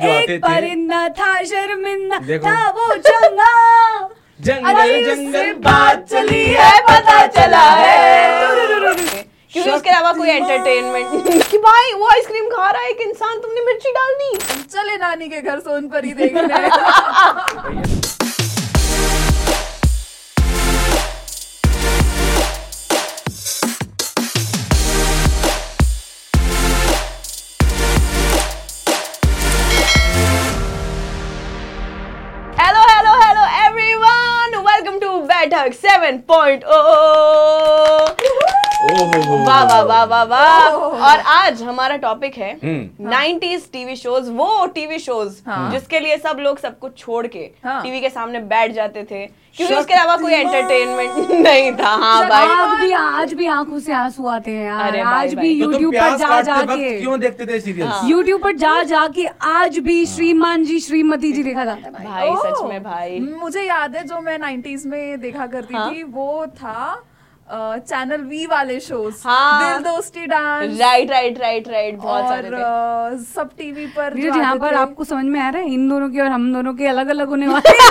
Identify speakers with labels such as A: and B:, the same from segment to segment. A: जो आते
B: एक
A: थे
B: परिंदा था शर्मिंदा
A: देखो।
B: था वो चंगा
A: जंगल
B: उससे
A: जंगल
B: बात चली है पता चला है
C: क्योंकि उसके अलावा कोई एंटरटेनमेंट कि भाई वो आइसक्रीम खा रहा है एक इंसान तुमने मिर्ची डाल दी
B: चले नानी के घर सोनपरी देखने
C: हाँ, hello hello hello everyone welcome to Baithak 7.0
A: ओहो
C: oh. वाह वाह वाह वाह वाह
D: Oh.
C: और आज हमारा टॉपिक है
D: हाँ।
A: हम्म।
C: 90s टीवी शोज वो टीवी शोज
B: हाँ।
C: जिसके लिए सब लोग सब कुछ छोड़ के
B: हाँ।
C: टीवी के सामने बैठ जाते थे क्योंकि उसके अलावा कोई एंटरटेनमेंट नहीं था हाँ भाई
B: अच्छा, आज भी आज भी आंखों से आंसू आते हैं यार
C: अरे भाई,
B: आज भी
C: भाई।
A: तो तुम
B: YouTube पर
A: प्याज काटते
B: जा
A: वक्त
B: जाके हाँ।
A: क्यों देखते थे सीरियल
B: YouTube पर जा जाके आज भी श्रीमान जी श्रीमती जी देखा जाता है भाई।
C: भाई
D: ओह,
C: सच में भाई
D: मुझे याद है जो मैं 90s में देखा करती
C: हाँ?
D: थी वो था चैनल वी वाले शोज
C: हाँ।
D: Dil Dosti dance
C: right right right right बहुत सारे
D: और
C: थे।
D: अ, सब टीवी पर जो
B: नीरज यहाँ
D: आते
B: पर
D: थे।
B: आपको समझ में आ रहा है इन दोनों के और हम दोनों के अलग अलग होने वाले हैं।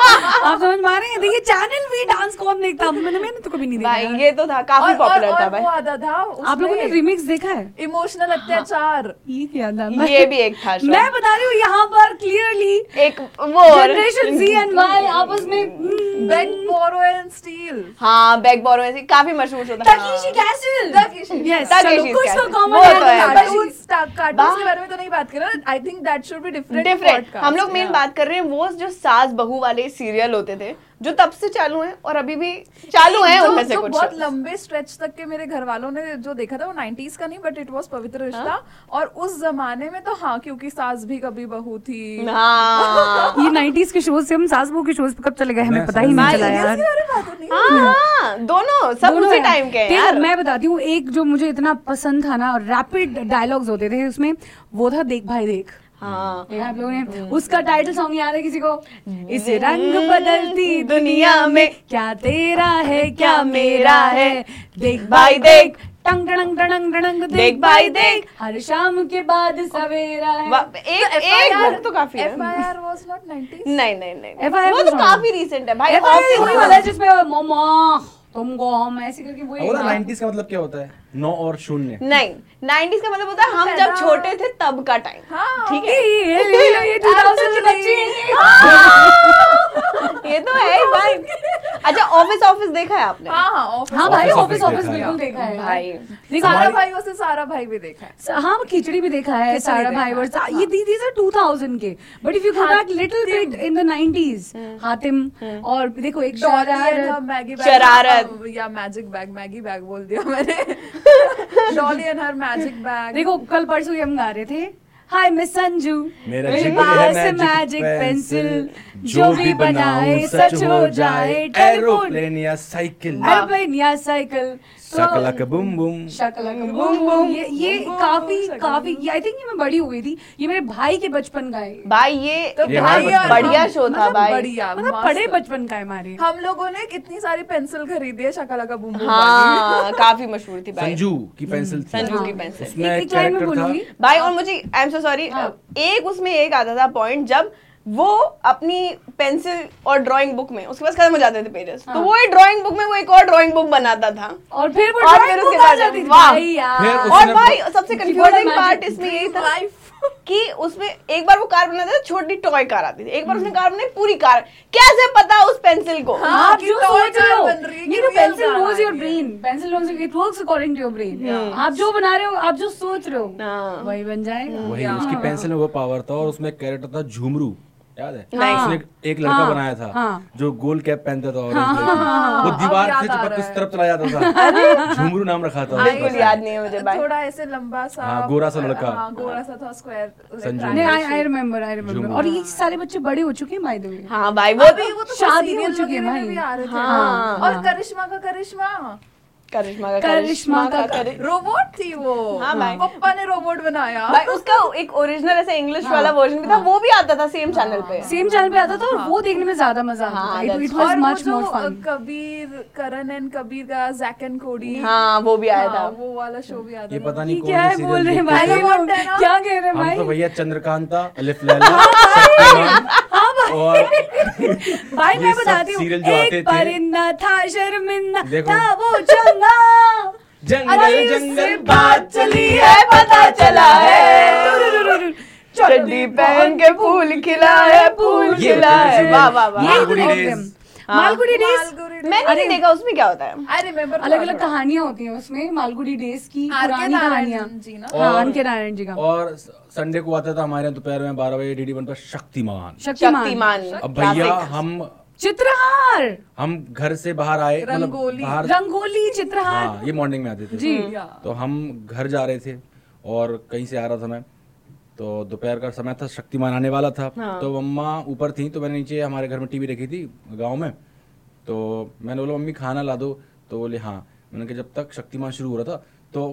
B: आप समझ में आ रहे हैं देखिए चैनल भी डांस कौन देखता है? मैंने मैंने तो कभी नहीं
C: भाई
B: देखा
C: ये तो था काफी
D: और, और,
C: पॉपुलर था
D: और वो
C: भाई
D: आता था
B: आप लोगों ने रिमिक्स देखा है
C: हाँ।
D: इमोशनल अत्याचार
B: ये क्या था
C: ये भी एक था show।
B: मैं बता रही हूँ यहाँ पर क्लियरली
C: एक वो और-
B: जनरेशन Z एंड Y आपस में हम्म,
D: बेन बोरो एंड स्टील
C: हाँ बैक बोरो ऐसे काफी मशहूर शो था
B: Takeshi castle
D: Takeshi
B: yes
C: castle.
B: चलो कुछ तो
C: तकीशी
B: कॉमन
C: कैसल।
B: है
C: वो तो है,
B: ना,
C: भाई।
B: तकीशी-
D: कार्टून्स कार्टून्स के बारे में तो नहीं बात कर रहे I think that should be different
C: different हाँ, हम लोग मेन बात कर रहे हैं वो जो सास बहू वाले सीरियल होते थे जो तब से चालू हैं और अभी भी चालू हैं
D: जो-
C: उनमें से
D: जो
C: तो कुछ
D: बहुत लंबे स्ट्रेच तक के मेरे घर वालों ने जो देखा था वो 90s का नहीं बट इट वाज पवित्र
C: हाँ।
D: रिश्ता और उस जमाने में तो हाँ क्योंकि सास भी कभी बहू थी
C: हाँ
B: ये 90s के शोज से हम सास बहू के शोज पे कब चले गए हमें
A: मैं
B: पता ही नहीं
C: समझ
B: चला
C: गई।
B: यार
D: इसके बारे में बात होनी है।
C: हाँ, हाँ दोनों सब
B: दोनों
C: उसी
B: हैं।
C: टाइम के हैं
B: ठीक है,
C: यार
B: मैं बताती हूँ एक जो मुझे इतना पसंद था ना रैपिड डायलॉग्स होते थे उसमें वो था देख भाई देख
C: हाँ
B: देखा आप लोगों ने उसका टाइटल सॉन्ग याद है किसी को इस रंग बदलती दुनिया में क्या तेरा है क्या मेरा है देख भाई देख टंग टंग टंग टंग
C: देख भाई देख।
B: हर शाम के बाद सवेरा है
C: वाह, एक
D: हाँ
C: एक book तो काफी है
D: FIR was not 90s
C: नहीं नहीं नहीं
B: FIR
C: नहीं। वो
B: was
C: तो
B: on.
C: काफी रिसेंट है भाई मतलब-
B: FIR
C: Office
B: वही
C: was
B: वाला है जिसमें मोमो तुमको हम ऐसे करके वो
A: बोला
B: एक-
A: नाइन्टीज का मतलब क्या होता है नौ और शून्य
B: हाँ।
C: नहीं 90s का मतलब होता है हम जब छोटे थे तब का टाइम
D: हाँ।
C: ठीक
B: ये-
C: है
B: ये- ये ले लो, ये 2000 के बच्चे हैं।
C: ये तो है ही भाई अच्छा ऑफिस ऑफिस देखा है आपने
D: हाँ हाँ ऑफिस
B: हाँ भाई
A: Office
B: ऑफिस
A: देखा
B: ऑफिस
A: है।
B: बिल्कुल देखा है
C: भाई।
B: देखो,
D: सारा
A: हमारी-
D: भाई उसे सारा भाई भी देखा है
B: स- हाँ वो खिचड़ी भी देखा है
D: खिचड़ी
B: सारा
D: देखा
B: भाई
D: है, हाँ।
B: वर्स ये दीज आर 2000 के but if you go back little bit in the 90s
D: हम्म।
B: हातिम और देखो एक
D: डॉली एंड हर
B: शरारत
D: मैगी बैग
C: शरारत।
D: हाँ, या मैजिक बैग मैगी बैग बोल दिया मैंने Dolly and her magic bag
B: देखो कल परसों ये हम गा रहे थे हाय मिस संजू
A: मेरा
B: मेरे
A: जिगर है
B: पास
A: magic
B: मैजिक
A: pencil,
B: पेंसिल जो भी बनाए सच हो जाए टेलीफोन
A: एरोप्लेन या साइकिल
B: एरोप्लेन या cycle
A: Shakalaka boom boom
B: Shakalaka boom boom ये ये काफी काफी आई थिंक ये मैं बड़ी हो गई थी ये मेरे भाई के बचपन का है
C: भाई ये
D: तो
A: ये हमारे
D: भाई और
A: बचपन-
C: बढ़िया
D: हम-
C: शो था
D: मतलब
C: भाई।
D: बढ़िया
B: मतलब
D: मस्त। हाँ,
B: बड़े बचपन का है हमारे
D: हम लोगों ने कितनी सारी पेंसिल खरीदी है शकला का बुम बुम वाली।
C: हाँ काफी मशहूर थी भाई
A: संजू की पेंसिल थी
C: संजू की पेंसिल
A: उसमें
B: हाँ। एक-
A: एक
B: एक लाइन में
A: character था।
B: बोलूंगी
C: भाई और मुझे आई एम सो सॉरी
D: हाँ।
C: एक उसमें एक आता था पॉइंट जब वो अपनी पेंसिल और ड्राइंग बुक में उसके पास खत्म हो जाते थे पेजेस
D: हाँ।
C: तो वो एक ड्राइंग बुक में वो एक और ड्राइंग बुक बनाता था
B: और फिर वो
C: और
B: drawing
C: फिर
B: book
C: उसके
B: आ
C: बाद-
B: जाती थी।
C: वाह।
B: भाई यार।
A: फिर उस-
C: और
A: उसने-
C: भाई सबसे
B: She got
C: confusing
B: a
C: part
B: magic
C: इसमें यही था
D: Life.
C: कि उसमें एक बार वो कार बनाता था छोटी टॉय कार आती थी एक बार उसने कार बनाई पूरी कार कैसे पता उस पेंसिल को
D: हाँ,
B: आप
D: कि
B: जो
D: toy
B: सोच रहे
D: car
B: हो
D: बन रही है, कि
B: ये तो
D: real
B: पेंसिल
D: car आ
B: नोज
D: रही
B: योर
D: है।
B: Brain pencil knows it works according to your brain आप जो बना रहे हो आप जो सोच रहे
C: हाँ।
B: हो वही बन जाएगा
A: वही उसकी पेंसिल में वो पावर था और उसमें एक कैरेक्टर था झुमरू याद है
B: Nice.
A: उसने एक- एक लड़का
B: हाँ,
A: बनाया था
B: हाँ।
A: जो गोल कैप पहनता था ऑरेंज वो दीवार
D: याद
A: से चिपक
D: आ रहा
A: के
D: है।
A: उस तरफ चला जाता था झुमरू नाम रखा था उसका।
C: बिल्कुल याद नहीं है मुझे भाई
D: थोड़ा ऐसे लंबा सा
A: हाँ, गोरा सा लड़का।
D: हाँ गोरा सा था स्क्वायर
A: संजू।
B: नहीं I I remember I remember
A: Jumman.
B: और ये सारे बच्चे बड़े हो चुके हैं बाय द वे
C: हाँ भाई वो
D: अभी वो तो
B: शादी हो
D: serial
B: चुकी है
D: वगैरह में
B: भाई।
D: भी आ रहे थे
C: हाँ,
D: और करिश्मा का करिश्मा
C: करिश्मा का
B: करिश्मा का
C: करि-
D: रोबोट थी वो
C: हाँ, भाई।
D: पप्पा ने रोबोट बनाया
C: भाई उसका एक ओरिजिनल ऐसे इंग्लिश वाला वर्जन भी था वो भी आता था सेम चैनल पे
B: सेम चैनल पे आता था और वो देखने में ज्यादा मजा आता
C: हाँ,
B: था
C: that's
B: इट
D: और
B: वाज
D: वो
B: मच
D: जो
B: more
D: uh,
B: fun
D: Kabir Karan and Kabir का जैक एंड कोडी
C: हाँ वो भी आया था
D: हाँ, वो वाला शो भी
A: ये
D: आता था
A: पता
B: ये
A: नहीं
B: क्या है
A: कौन
B: बोल रहे हैं
D: देखते
B: भाई
D: हैं।
B: हम
D: ये बोलते हैं
B: क्या कह रहे हैं
A: हम तो
B: भाई
A: भैया चंद्रकांता अलिफ लैला सत्यमान, और
B: हाँ भाई
A: ये
B: मैं
A: सब
B: बताती हूँ
A: serial जो आते
B: एक
A: थे-
B: परिंदा था शर्मिंदा
A: देखो।
B: था वो चंगा
A: जंगल
B: अरे उससे
A: जंगल
B: बात चली है पता चला है
C: चड्डी पहन के फूल खिला है फूल
A: ये
C: खिला है
A: बताइए,
C: वाह वाह वाह
A: ये- Malgudi
B: Malgudi
A: days।
B: Days Malgudi days
D: Malgudi
C: मैंने नहीं देखा उसमें क्या होता है
D: आई रिमेम्बर
B: अलग अलग कहानियां होती हैं उसमें मालगुडी डेज की
D: आर के
B: पुरानी
D: नारायण
B: कहानियां
D: जी ना?
B: हाँ
A: और-
B: आर के नारायण जी का
A: और संडे को आता था हमारे यहाँ दोपहर में बारह बजे डीडी वन पर शक्तिमान
B: शक्तिमान
C: शक्तिमान
A: अब भैया
C: classic।
A: हम
B: चित्रहार
A: हम घर से बाहर आए मतलब
D: रंगोली।
A: बाहर
B: रंगोली चित्रहार
A: हाँ ये मॉर्निंग में आते थे
B: जी
A: तो हम घर जा रहे थे और कहीं से आ रहा था मैं तो दोपहर का समय था शक्तिमान आने वाला था
B: हाँ।
A: तो मम्मा ऊपर थी तो मैंने नीचे हमारे घर में टीवी रखी थी गांव में तो मैंने बोला मम्मी खाना ला दो तो बोले हाँ मैंने कहा जब तक शक्तिमान शुरू हो रहा था तो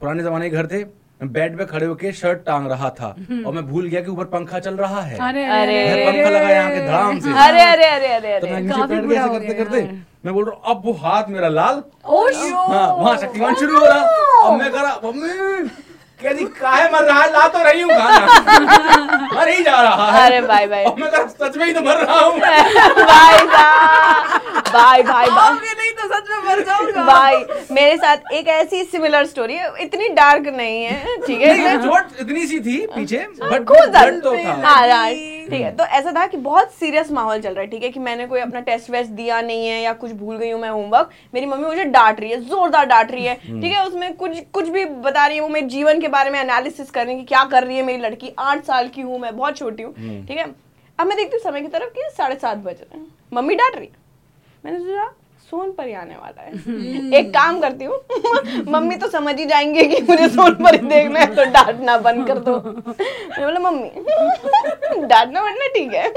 A: पुराने जमाने के घर थे मैं बेड पे खड़े होके शर्ट टांग रहा था और मैं भूल गया कि ऊपर पंखा चल रहा है
B: हम्म। अरे
A: हाँ। मैं पंखा लगाया यहाँ के धाम से
B: हाँ।
C: अरे अरे अरे अरे
A: तो मैं
C: अरे
A: नीचे
B: काफी
A: बैठ
B: बुरा
A: गया
B: हो
A: ऐसे करते
B: गया
A: करते मैं बोल रहा हूँ अब वो हाथ मेरा लाल
B: ओ
A: हाँ वहाँ शक्तिमान शुरू हो रहा अब मैं करा मम्मी कहती काहे मर रहा है ला तो रही हूँ खाना मर ही जा रहा है
C: अरे भाई भाई।
A: अब मैं करा सच में ही तो मर रहा हूँ
C: भाई साहब भाई भाई भाई
D: आओगे नहीं तो सच में मर जाऊंगा
C: भाई मेरे साथ एक ऐसी सिमिलर स्टोरी है इतनी डार्क नहीं है ठीक
A: नहीं,
C: है
A: वो चोट इतनी सी थी पीछे
C: अच्छा।
A: बट
C: खुद
A: दर्द तो था Hmm.
C: हाँ right. ठीक है तो ऐसा था कि बहुत सीरियस माहौल चल रहा है ठीक है कि मैंने कोई अपना टेस्ट वेस्ट दिया नहीं है या कुछ भूल गई हूँ मैं होमवर्क मेरी मम्मी मुझे डांट रही है जोरदार डांट रही है
A: Hmm.
C: ठीक है उसमें कुछ कुछ भी बता रही है वो मेरे जीवन के बारे में एनालिसिस कर रही है कि क्या कर रही है मेरी लड़की आठ साल की हूँ मैं बहुत छोटी
A: Hmm.
C: हूँ ठीक है अब मैं देखती हूँ समय की तरफ कि साढ़े सात बज रहे हैं मम्मी डांट रही है मैंने सोचा सोनपरी आने वाला
B: हम्म।
C: है एक काम करती हूँ मम्मी तो समझ ही जाएंगे कि मुझे सोनपरी देखना है तो डांटना बंद कर दो मैंने बोला मम्मी डांटना वरना ठीक है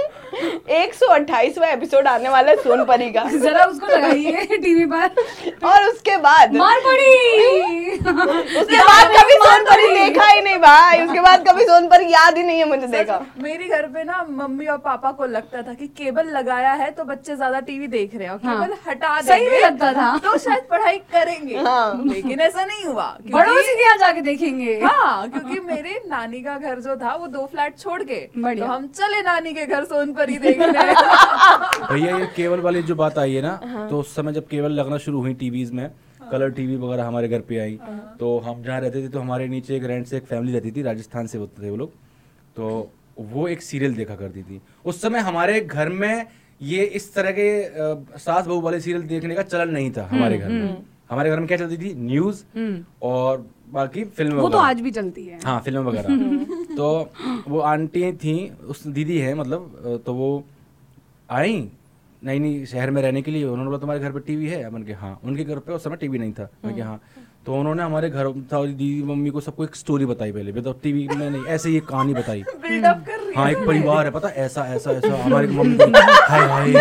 C: 128वां एपिसोड आने वाला है सोनपरी का
B: जरा उसको लगाइए टीवी पर
C: और उसके बाद
B: मार पड़ी
C: उसके बाद कभी सोनपरी देखा ही नहीं भाई उसके बाद कभी सोनपरी याद ही नहीं है मुझे देखा
D: मेरी घर पे ना मम्मी और पापा को लगता था कि केबल लगाया है तो बच्चे ज्यादा टीवी देख रहे हैं और
B: हाँ।
D: केबल हटा देंगे
B: सही भी लगता था।
D: तो शायद पढ़ाई करेंगे
C: हाँ।
D: लेकिन ऐसा नहीं हुआ क्योंकि-
B: पड़ोसी के यहाँ जाके देखेंगे
D: हाँ क्योंकि मेरे नानी का घर जो था वो दो फ्लैट छोड़ के तो
B: बढ़िया।
D: हम चले नानी के घर सोनपरी देखने
A: भैया ये केबल वाली जो बात आई है
B: हाँ।
A: ना तो उस समय जब केबल लगना शुरू हुई टीवीज में कलर टीवी वगैरह हमारे घर पे आई
B: हाँ।
A: तो हम जहाँ रहते थे तो हमारे नीचे एक रेंट से एक फैमिली रहती थी राजस्थान से होते थे वो लोग तो वो एक सीरियल देखा करती थी उस समय हमारे घर में ये इस तरह के अ, सास बहू वाले सीरियल देखने का चलन नहीं था हमारे
B: हम्म,
A: घर में हमारे घर में क्या चलती थी न्यूज और बाकी फिल्म
B: वो तो आज भी चलती है
A: हाँ फिल्म वगैरह तो वो आंटी थी उस दीदी है मतलब अ, तो वो आई नई नई शहर में रहने के लिए उन्होंने बोला तुम्हारे घर पे टीवी है मैंने कहा हाँ उनके घर पे उस समय टीवी नहीं था मैंने कहा हाँ तो उन्होंने हमारे घर था और दीदी मम्मी को सबको एक स्टोरी बताई पहले मतलब टीवी में नहीं ऐसे ही एक कहानी बताई
D: बिल्डअप कर रही
A: हाँ एक परिवार है पता ऐसा ऐसा ऐसा हमारे मम्मी हाय हाय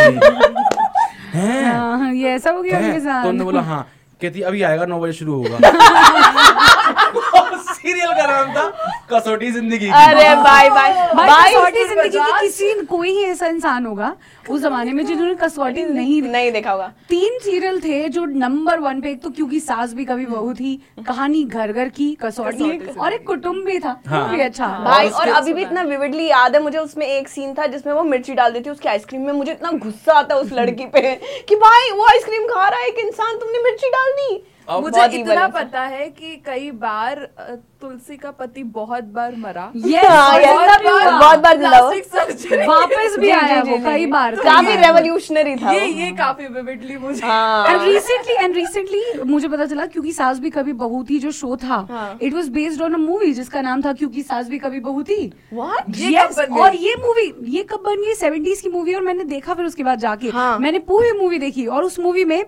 A: हैं
B: हाँ, ये ऐसा हो गया
A: हैं?
B: उनके
A: तो
B: साथ
A: उन्होंने बोला हाँ कहती अभी आएगा नौ बजे शुरू होगा सीरियल का नाम था कसौटी जिंदगी की।
C: अरे बाय बाय
B: भाई
C: बाय
B: कसौटी जिंदगी की किसी कोई ही ऐसा इंसान होगा उस जमाने में जिन्होंने कसौटी नहीं
C: नहीं देखा होगा
B: तीन सीरियल थे जो नंबर वन पे एक तो क्योंकि सास भी कभी बहू थी कहानी घर घर की कसौटी और एक कुटुंब भी था
A: हाँ।
B: वो भी अच्छा
C: भाई और अभी भी इतना विविडली याद है मुझे उसमें एक सीन था जिसमें वो मिर्ची डाल देती है उसकी आइसक्रीम में मुझे इतना गुस्सा आता है उस लड़की पे कि भाई वो आइसक्रीम खा रहा है एक इंसान तुमने मिर्ची डाल दी
D: मुझे
C: बहुत ही
D: इतना
C: बड़ी-
D: पता है कि कई बार अ, तुलसी का पति बहुत बार मरा
B: Yes,
C: हाँ,
B: और
C: yes,
B: ऐसा भी हुआ।
C: बहुत बार जिंदा हुआ।
D: प्लास्टिक सर्जरी
B: वापस भी
C: जी,
B: आया
C: जी,
B: वो
C: जी,
B: कई
C: जी।
B: बार तो। हाँ। कई
C: काफी
B: बार।
C: रेवोल्यूशनरी था
D: ये
C: वो।
D: ये काफी विविडली मुझे
C: हाँ
B: एंड रिसेंटली एंड रिसेंटली मुझे पता चला क्योंकि सास भी कभी बहू थी जो शो
C: हाँ।
B: था it was based on a movie जिसका नाम था क्योंकि सास भी कभी बहू थी
C: What?
D: ये
B: Yes,
D: कब बन गई?
B: और ये मूवी ये कब बन गई 70s की मूवी और मैंने देखा फिर उसके बाद जाके
C: हाँ।
B: मैंने पूरी मूवी देखी और उस मूवी में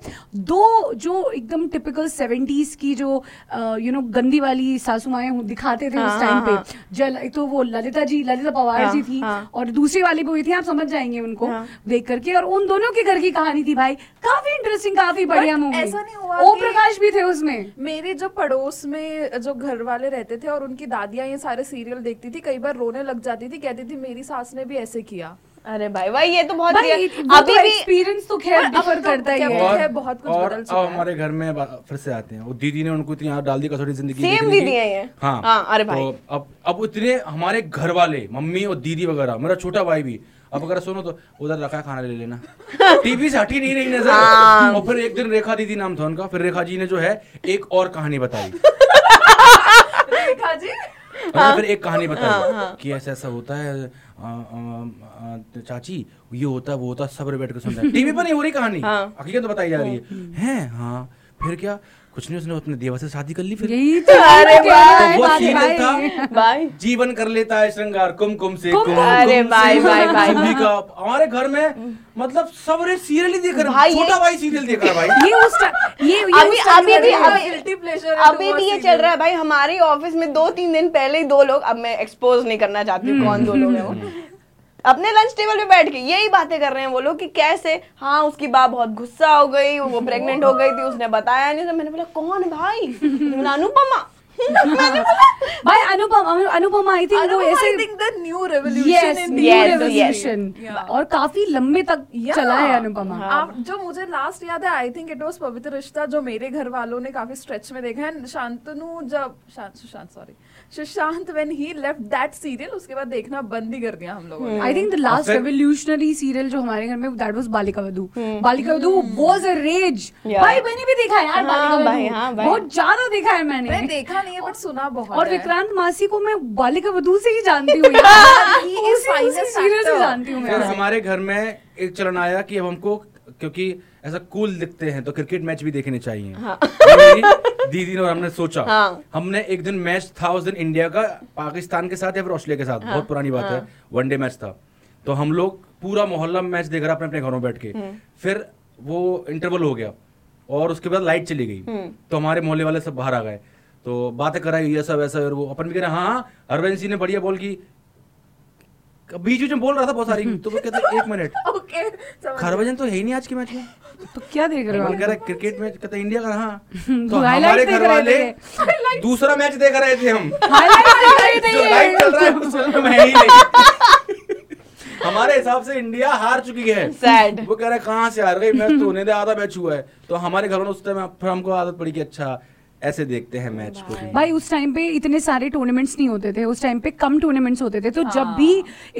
B: दो जो एकदम टिपिकल सेवेंटीज की जो यू नो गंदी वाली सासू माएँ हों- दिखाते थे उस
C: हाँ,
B: टाइम
C: हाँ,
B: पे जल एक तो वो ललिता जी ललिता पवार
C: हाँ,
B: जी थी
C: हाँ।
B: और दूसरी वाली भी हुई थी आप समझ जाएंगे उनको
C: हाँ।
B: देख करके और उन दोनों के घर की कहानी थी भाई काफी इंटरेस्टिंग काफी बढ़िया मूवी
D: ऐसा नहीं हुआ
B: ओम
D: कि-
B: प्रकाश भी थे उसमें
D: मेरे जो पड़ोस में जो घर वाले रहते थे और उनकी दादियां ये सारे सीरियल देखती थी कई बार रोने लग जाती थी कहती थी मेरी सास ने भी ऐसे किया
C: अरे भाई भाई ये तो बहुत
B: भाई,
C: real-
B: वो
C: अभी
B: तो
C: भी
B: एक्सपीरियंस तो खैर
D: पर अब
B: डिफर
D: तो
B: करता ही
D: क्या
B: है
D: बोलते
A: और
D: है, बहुत कुछ
A: और
D: बदल चुका
A: अब
D: है।
A: हमारे घर में बा- फिर से आते हैं वो दीदी ने उनको इतनी आदत डाल दी कसौटी जिंदगी
C: Same
A: देखने की।
C: दीदी हैं ये।
A: हाँ
C: हाँ, अरे भाई।
A: तो अब अब इतने हमारे घर वाले मम्मी और दीदी वगैरह मेरा छोटा भाई भी अब अगर सुनो तो उधर रखा है खाना ले लेना टीवी से हटी नहीं रही नजर और फिर एक दिन रेखा दीदी नाम था उनका फिर रेखा जी ने जो है एक और कहानी बताई
D: रेखा जी
A: हाँ, फिर एक कहानी
C: हाँ।
A: बताई कि ऐसा ऐसा होता है आ, आ, आ, चाची ये होता है वो होता है सब बैठ के सुनते हैं टीवी पर नहीं हो रही कहानी
C: हाँ।
A: हकीकत तो बताई जा रही है हैं हाँ फिर क्या कुछ नहीं उसने अपने देवा से शादी कर ली फिर
B: यही तो
C: अरे
B: कह रहा है
C: भाई,
A: तो वो
B: बात
A: सीरियल
B: भाई।
A: था
C: भाई
A: जीवन कर लेता है श्रृंगार कुमकुम से
B: कुमकुम।
C: अरे भाई, भाई, भाई।
A: का हमारे घर में मतलब सबने सीरियल ही देख रहे
C: भाई,
A: हैं।
C: ये-
A: छोटा भाई सीरियल देख रहा है भाई
B: ये उस टा- ये ये
C: अभी
B: उस टाइम
C: अभी
B: का
C: भी
B: था।
D: अभी-
C: अभी
D: guilty pleasure है
C: अभी
D: तो
C: भी
D: वो
C: ये
D: serial।
C: चल रहा है भाई हमारे ऑफिस में दो तीन दिन पहले ही दो लोग अब मैं एक्सपोज नहीं करना चाहती हूँ कौन दो लोग हैं वो अपने लंच टेबल पे बैठ के यही बातें कर रहे हैं वो लोग कि कैसे हाँ उसकी बाप बहुत गुस्सा हो गई वो प्रेग्नेंट हो गई थी उसने बताया नहीं तो मैंने बोला कौन भाई मैंने, अनुपमा मैंने बोला,
B: भाई अनुपम अनु- अनुपम आई थिंक वो ऐसे
D: I think the new revolution
B: yes
D: in
C: yes, yes.
B: Revolution और काफी लंबे तक चला है अनुपमा
D: आप जो मुझे लास्ट याद है I think it was Pavitra Rishta जो मेरे घर वालों ने काफी स्ट्रेच में देखा है शांतनु जब Shant Sushant sorry Sushant when he left that serial उसके बाद देखना बंद ही कर दिया हम लोगों ने
B: आई थिंक द लास्ट
A: फिर-
B: रेवोल्यूशनरी सीरियल जो हमारे घर में that was Balika Vadhu Balika Vadhu was a rage
C: Yeah.
B: भाई मैंने भी देखा है यार
C: हाँ,
B: बालिका
C: भाई, हाँ,
B: वधू
C: भाई।
B: बहुत ज्यादा देखा है
D: मैंने
B: मैंने
D: देखा नहीं है बट सुना बहुत
B: और
D: है।
B: विक्रांत मासी को मैं बालिका वधू से ही जानती हूँ यार।
D: He
B: उसी-
D: is
B: उसी
D: finest
B: serial से
D: actor.
B: जानती हूँ
A: फिर
B: मैं
A: हमारे घर में एक चलन आया कि अब हमको क्योंकि ऐसा कूल दिखते हैं तो क्रिकेट मैच भी देखने चाहिए तो मेरी दीदी ने और हमने सोचा
C: हाँ।
A: हमने एक दिन मैच था उस दिन इंडिया का पाकिस्तान के साथ या फिर ऑस्ट्रेलिया के साथ बहुत पुरानी बात है वनडे मैच था तो हम लोग पूरा मोहल्ला मैच देख रहा अपने अपने घरों में बैठ के फिर वो इंटरवल हो गया और उसके बाद लाइट चली गई तो हमारे मोहल्ले वाले सब बाहर आ गए तो बातें कराई ये सब ऐसा और वो अपन भी कह रहे हाँ हाँ अरविंद सिंह ने बढ़िया बॉल की बीच बीच में बोल रहा था बहुत
B: हम्म।
A: सारी तो वो कहते एक मिनट
D: ओके समझ
A: खरबजन तो है ही नहीं आज के मैच में
B: तो क्या देख रहे हो
A: बोल
B: आप?
A: कह रहा क्रिकेट मैच कहते इंडिया का हाँ
B: तो
A: तो
B: highlights
A: हमारे
B: देख
A: घर
B: रहे
A: वाले
B: थे।
A: दूसरा मैच देख रहे थे हम
B: Highlights देख रहे थे
A: जो
B: ये।
A: लाइट चल रहा है उस film में है ही नहीं हमारे हिसाब से इंडिया हार चुकी है
C: Sad.
A: वो कह रहे कहाँ से हार गई मैच तो होने दे आधा मैच हुआ है तो हमारे घर में उस टाइम फिर हमको आदत पड़ी कि अच्छा ऐसे देखते हैं मैच को भी।
B: भाई उस टाइम पे इतने सारे टूर्नामेंट्स नहीं होते थे उस टाइम पे कम टूर्नामेंट्स होते थे तो जब
C: हाँ।
B: भी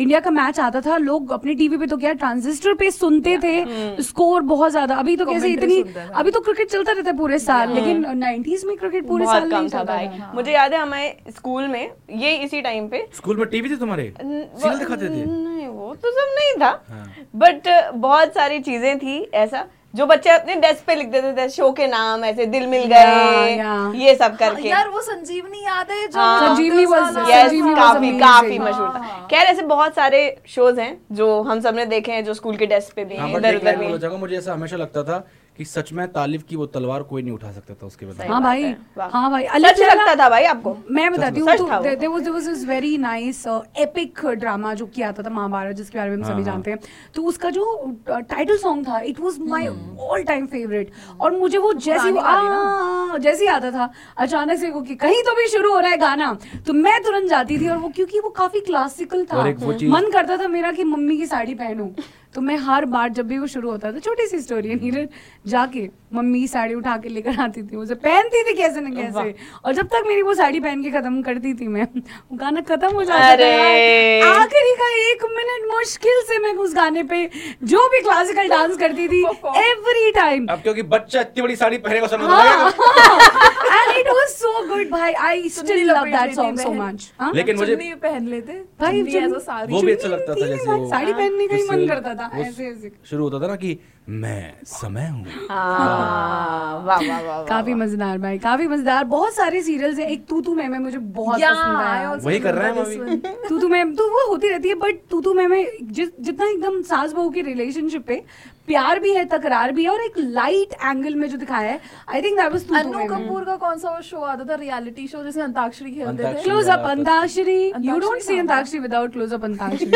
B: इंडिया का मैच आता था लोग अपने टीवी पे तो क्या ट्रांजिस्टर पे सुनते थे
C: हम्म।
B: स्कोर बहुत ज्यादा अभी तो कैसे
D: Commentary
B: इतनी
D: सुनते
C: हाँ।
D: हैं।
B: अभी तो क्रिकेट चलता रहता है पूरे साल लेकिन नाइन्टीज में क्रिकेट पूरे साल
C: बहुत
B: नहीं
C: कम था
B: चलता
C: भाई
B: था
C: मुझे याद है हमारे स्कूल में ये इसी टाइम पे
A: स्कूल में टीवी थे तुम्हारे सीरियल दिखाते थे
C: नहीं वो तो सब नहीं था
A: हाँ।
C: बट बहुत सारी चीजें थी ऐसा जो बच्चे अपने डेस्क पे लिख देते थे शो के नाम ऐसे दिल मिल गए
B: या।
C: ये सब
D: हाँ,
C: करके
D: यार वो संजीवनी याद है जो
C: हाँ।
B: संजीवनी was-
D: साला-
C: यस
B: संजीवनी was
C: काफी
B: amazing.
C: काफी
D: हाँ,
C: मशहूर था
D: हाँ।
C: खैर ऐसे बहुत सारे शोज हैं जो हम सबने देखे हैं जो स्कूल के डेस्क पे भी
A: हाँ
C: हैं,
A: बट
C: इधर
A: एक
C: उधर
A: लाइन
C: भी
A: बोलना
C: हैं।
A: चाहूंगा मुझे ऐसा हमेशा लगता था कि सच में तालिब की वो तलवार कोई नहीं उठा सकता था उसके बदले
B: हाँ भाई
C: वाह।
B: हाँ भाई
C: सच लगता था भाई आपको
B: मैं बताती हूँ
C: सच
B: तो
C: था वो।
B: there was- there was this very nice, uh, epic drama जो किया था, था महाभारत जिसके बारे में हम
A: हाँ,
B: सभी
A: हाँ।
B: जानते हैं तो उसका जो टाइटल सॉन्ग था it was my all time favourite और मुझे वो जैसे वो
D: Hmm.
B: हाँ,
D: पुरानी वाली
B: आ, जैसे ही आता था अचानक से वो कि कहीं तो भी शुरू हो रहा है गाना तो मैं तुरंत जाती थी और वो क्योंकि वो काफी क्लासिकल था
A: और एक वो चीज़-
B: मन करता था मेरा कि मम्मी की साड़ी पहनूं तो मैं हर बार जब भी वो शुरू होता था तो छोटी सी स्टोरी है नीरज जाके मम्मी की साड़ी उठा के लेकर आती थी उसे पहनती थी कैसे ना कैसे और जब तक मेरी वो साड़ी पहन के खत्म करती थी मैं वो गाना खत्म हो जाता था
C: अरे।
B: यार। आखिरी का एक मिनट मुश्किल से मैं उस गाने पे जो भी क्लासिकल डांस करती थी एवरी टाइम
A: अब क्योंकि बच्चा इतनी बड़ी साड़ी पहनेगा समझ
B: हाँ
A: हाँ।
B: And it was so good भाई आई
D: चुन्नी
B: स्टिल लव
D: लपेट
B: दैट
D: लेती
B: सॉन्ग सो
D: बहन।
B: मच हाँ
A: लेकिन मुझे-
D: चुन्नी पहन लेते
B: भाई
D: चुन्नी
B: चुन्नी-
D: as a साड़ी
A: वो भी अच्छा लगता था
B: चुन्नी
A: जैसे
B: भाई,
A: वो
B: साड़ी पहनने का ही
A: जैसे
B: मन करता था,
A: वो
B: ऐसे- ऐसे।
A: शुरू होता था ना कि मैं समय हूँ
C: हाँ, वाह वाह वाह, वाह
B: काफी मजेदार भाई काफी मजेदार बहुत सारे सीरियल्स हैं एक तू तू मैं मैं मुझे बहुत
D: Yeah,
B: पसंद
D: I
B: आया
D: also
A: वही कर रहे हैं
D: remember
A: हम
D: this
A: अभी।
D: one.
B: तू तू मैं तो वो होती रहती है बट तू तू मैं मैं जिस जितना एकदम सास बहू की रिलेशनशिप पे प्यार भी है तकरार भी है और एक लाइट एंगल में जो दिखाया है आई थिंक दैट वाज
D: अनु कपूर का कौन सा वो शो आता था रियलिटी शो जिसमें अंताक्षरी खेलते थे
A: Antakshari.
B: Close up Antakshari you don't
D: हाँ।
B: See Antakshari without close up antakshari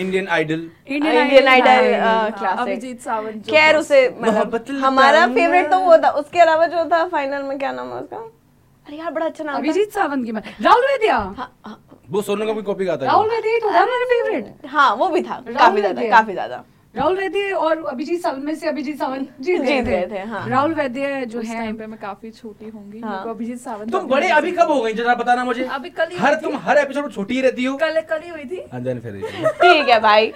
A: Indian Idol
C: Indian Idol
D: हाँ,
C: क्लासिक
D: अभिजीत सावंत जो
C: खैर
D: था।
C: उसे
A: मोहब्बत
C: मतलब
A: लगाना।
C: हमारा फेवरेट तो वो था उसके अलावा जो था फाइनल में क्या नाम है उसका अरे यार बड़ा अच्छा नाम था।
B: अभिजीत सावंत की मैं राहुल वैद्या
A: वो सोनू कपूर कॉपी गाता
B: राहुल
A: है
B: वैद्या ही तो था मेरा फेवरेट
C: हाँ वो भी था काफी ज्यादा काफी ज्यादा
B: राहुल वैद्य और अभिजीत सावंत में से अभिजीत सावंत जीत
C: जीत
B: गए
C: गए
B: थे,
C: थे, हाँ।
B: राहुल वैद्य जो
D: उस
B: है
D: टाइम पे मैं काफी छोटी होंगी
C: हाँ।
D: मेरे को अभिजीत सावंत
A: तुम बड़े अभी कब हो गई जरा बताना मुझे
D: अभी कल ही
A: हर
D: हुई थी।
A: तुम हर एपिसोड में छोटी ही रहती हो
D: कल कल ही हुई थी
A: अंदर फिर
C: ठीक है भाई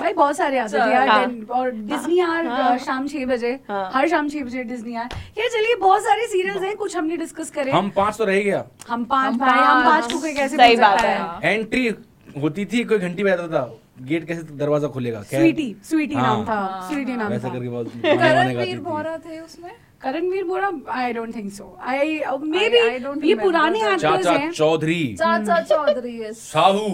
B: भाई बहुत सारे आते
D: चल,
B: थे यार
C: हाँ।
B: दिन- और डिज्नी यार अ, शाम छह बजे
C: हाँ।
B: हर शाम छह बजे डिज्नी यार यार चलिए बहुत सारे सीरियल्स हैं कुछ हमने डिस्कस करे
A: हम पांच तो रह गया
B: हम पांच
D: हम
B: भाई हम
D: पांच।
B: पांच को कोई कैसे
C: सही
B: भूल सकता
C: बात है।
B: है
A: एंट्री होती थी कोई घंटी बजाता था गेट कैसे दरवाजा खोलेगा क्या-
B: स्वीटी स्वीटी नाम
A: हाँ।
B: था स्वीटी नाम
A: वैसा
B: था
A: करके बहुत गाने वाने
D: करण
A: गाती
D: वीर
A: थी
D: बोरा थे उसमें
B: Karanvir Bohra I don't think so I may
D: I- I
B: be
D: don't
B: uh, ये
D: remember
B: पुराने
D: that.
B: एक्टर्स
A: चाचा
B: हैं
A: Chaudhary
D: Chacha Chaudhary yes
A: Sahu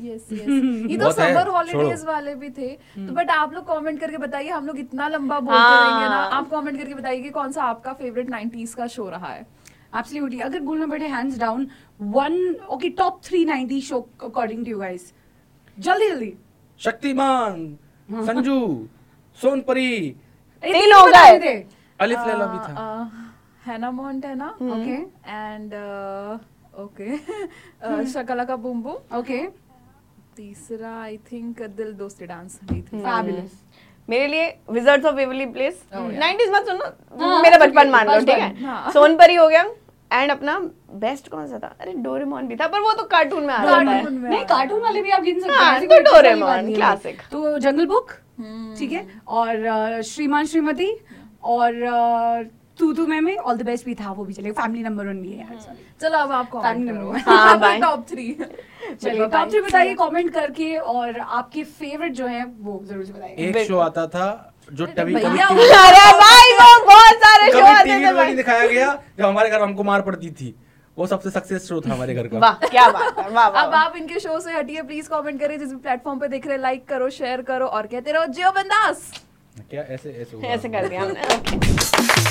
D: yes yes ये तो
A: बहुत है,
D: समर
A: छोड़ो।
D: हॉलीडेज वाले भी थे तो बट आप लोग कमेंट करके बताइए हम लोग इतना लंबा बोलते
C: हाँ।
D: रहेंगे ना आप कमेंट करके बताइए कि कौन सा आपका फेवरेट 90s का शो रहा है
B: एब्सोल्युटली अगर बोलना पड़े hands down one okay top 390 show according to you guys जल्दी जल्दी
A: शक्तिमान संजू सोनपरी
B: ए,
C: तीन
B: तीन
C: हो
B: बता
C: गए।
B: देते।
A: अलिफ लैला भी
D: Uh,
A: था
D: Hannah Montana
C: Hmm.
B: Okay.
D: And uh,
C: Hmm.
D: Okay शकला का बुम बुम
B: ओके
D: तीसरा आई थिंक दिल दोस्ती डांस नहीं
C: Hmm.
D: थी
B: फैबुलस
C: मेरे लिए wizards of Waverly place
D: Oh, yeah.
C: 90s मत सुनो
B: हाँ,
C: मेरा
B: ठीक
C: बचपन
B: है,
C: मान लो ठीक
B: बचपन,
C: है
D: हाँ।
C: सोनपरी हो गया एंड अपना बेस्ट कौन सा था अरे डोरेमोन भी था पर वो तो कार्टून में आ जाता है
D: कार्टून में
B: नहीं कार्टून वाले भी आप गिन सकते
C: हाँ,
B: ऐसी
C: तो
B: कोई दिक्कत वाली
C: डोरेमोन,
B: बात नहीं है।
C: classic.
B: तो जंगल बुक ठीक है और अ, श्रीमान श्रीमती और uh, अ, तू तू मैं मैं ऑल द बेस्ट भी था वो भी चलेगा फैमिली नंबर वन भी है यार sorry।
D: चलो अब आप
B: Time
D: कमेंट
B: number
D: करो
B: one.
C: हाँ, bye.
D: टॉप थ्री
B: चलिए तो आप मुझे बताइए कमेंट करके और आपके फेवरेट जो है वो जरूर से बताइए
A: एक शो आता था जो टवी कभी
D: भैया
A: TV
D: वो-
C: अरे भाई वो बहुत सारे शो
A: कभी
C: आते
A: टीवी
C: थे
A: में
C: भाई
A: नहीं दिखाया गया जब हमारे घर हमको मार पड़ती थी वो सबसे सक्सेस शो था हमारे घर का
C: वाह क्या बात है वाह वाह
D: अब आप इनके शो से हटिए प्लीज कमेंट करें जिस भी प्लेटफॉर्म पे देख रहे लाइक करो शेयर करो और कहते रहो जियो बंदास
A: क्या ऐसे ऐसे
C: वाह।
A: हुआ?
C: ऐसे कर दिया हमने okay.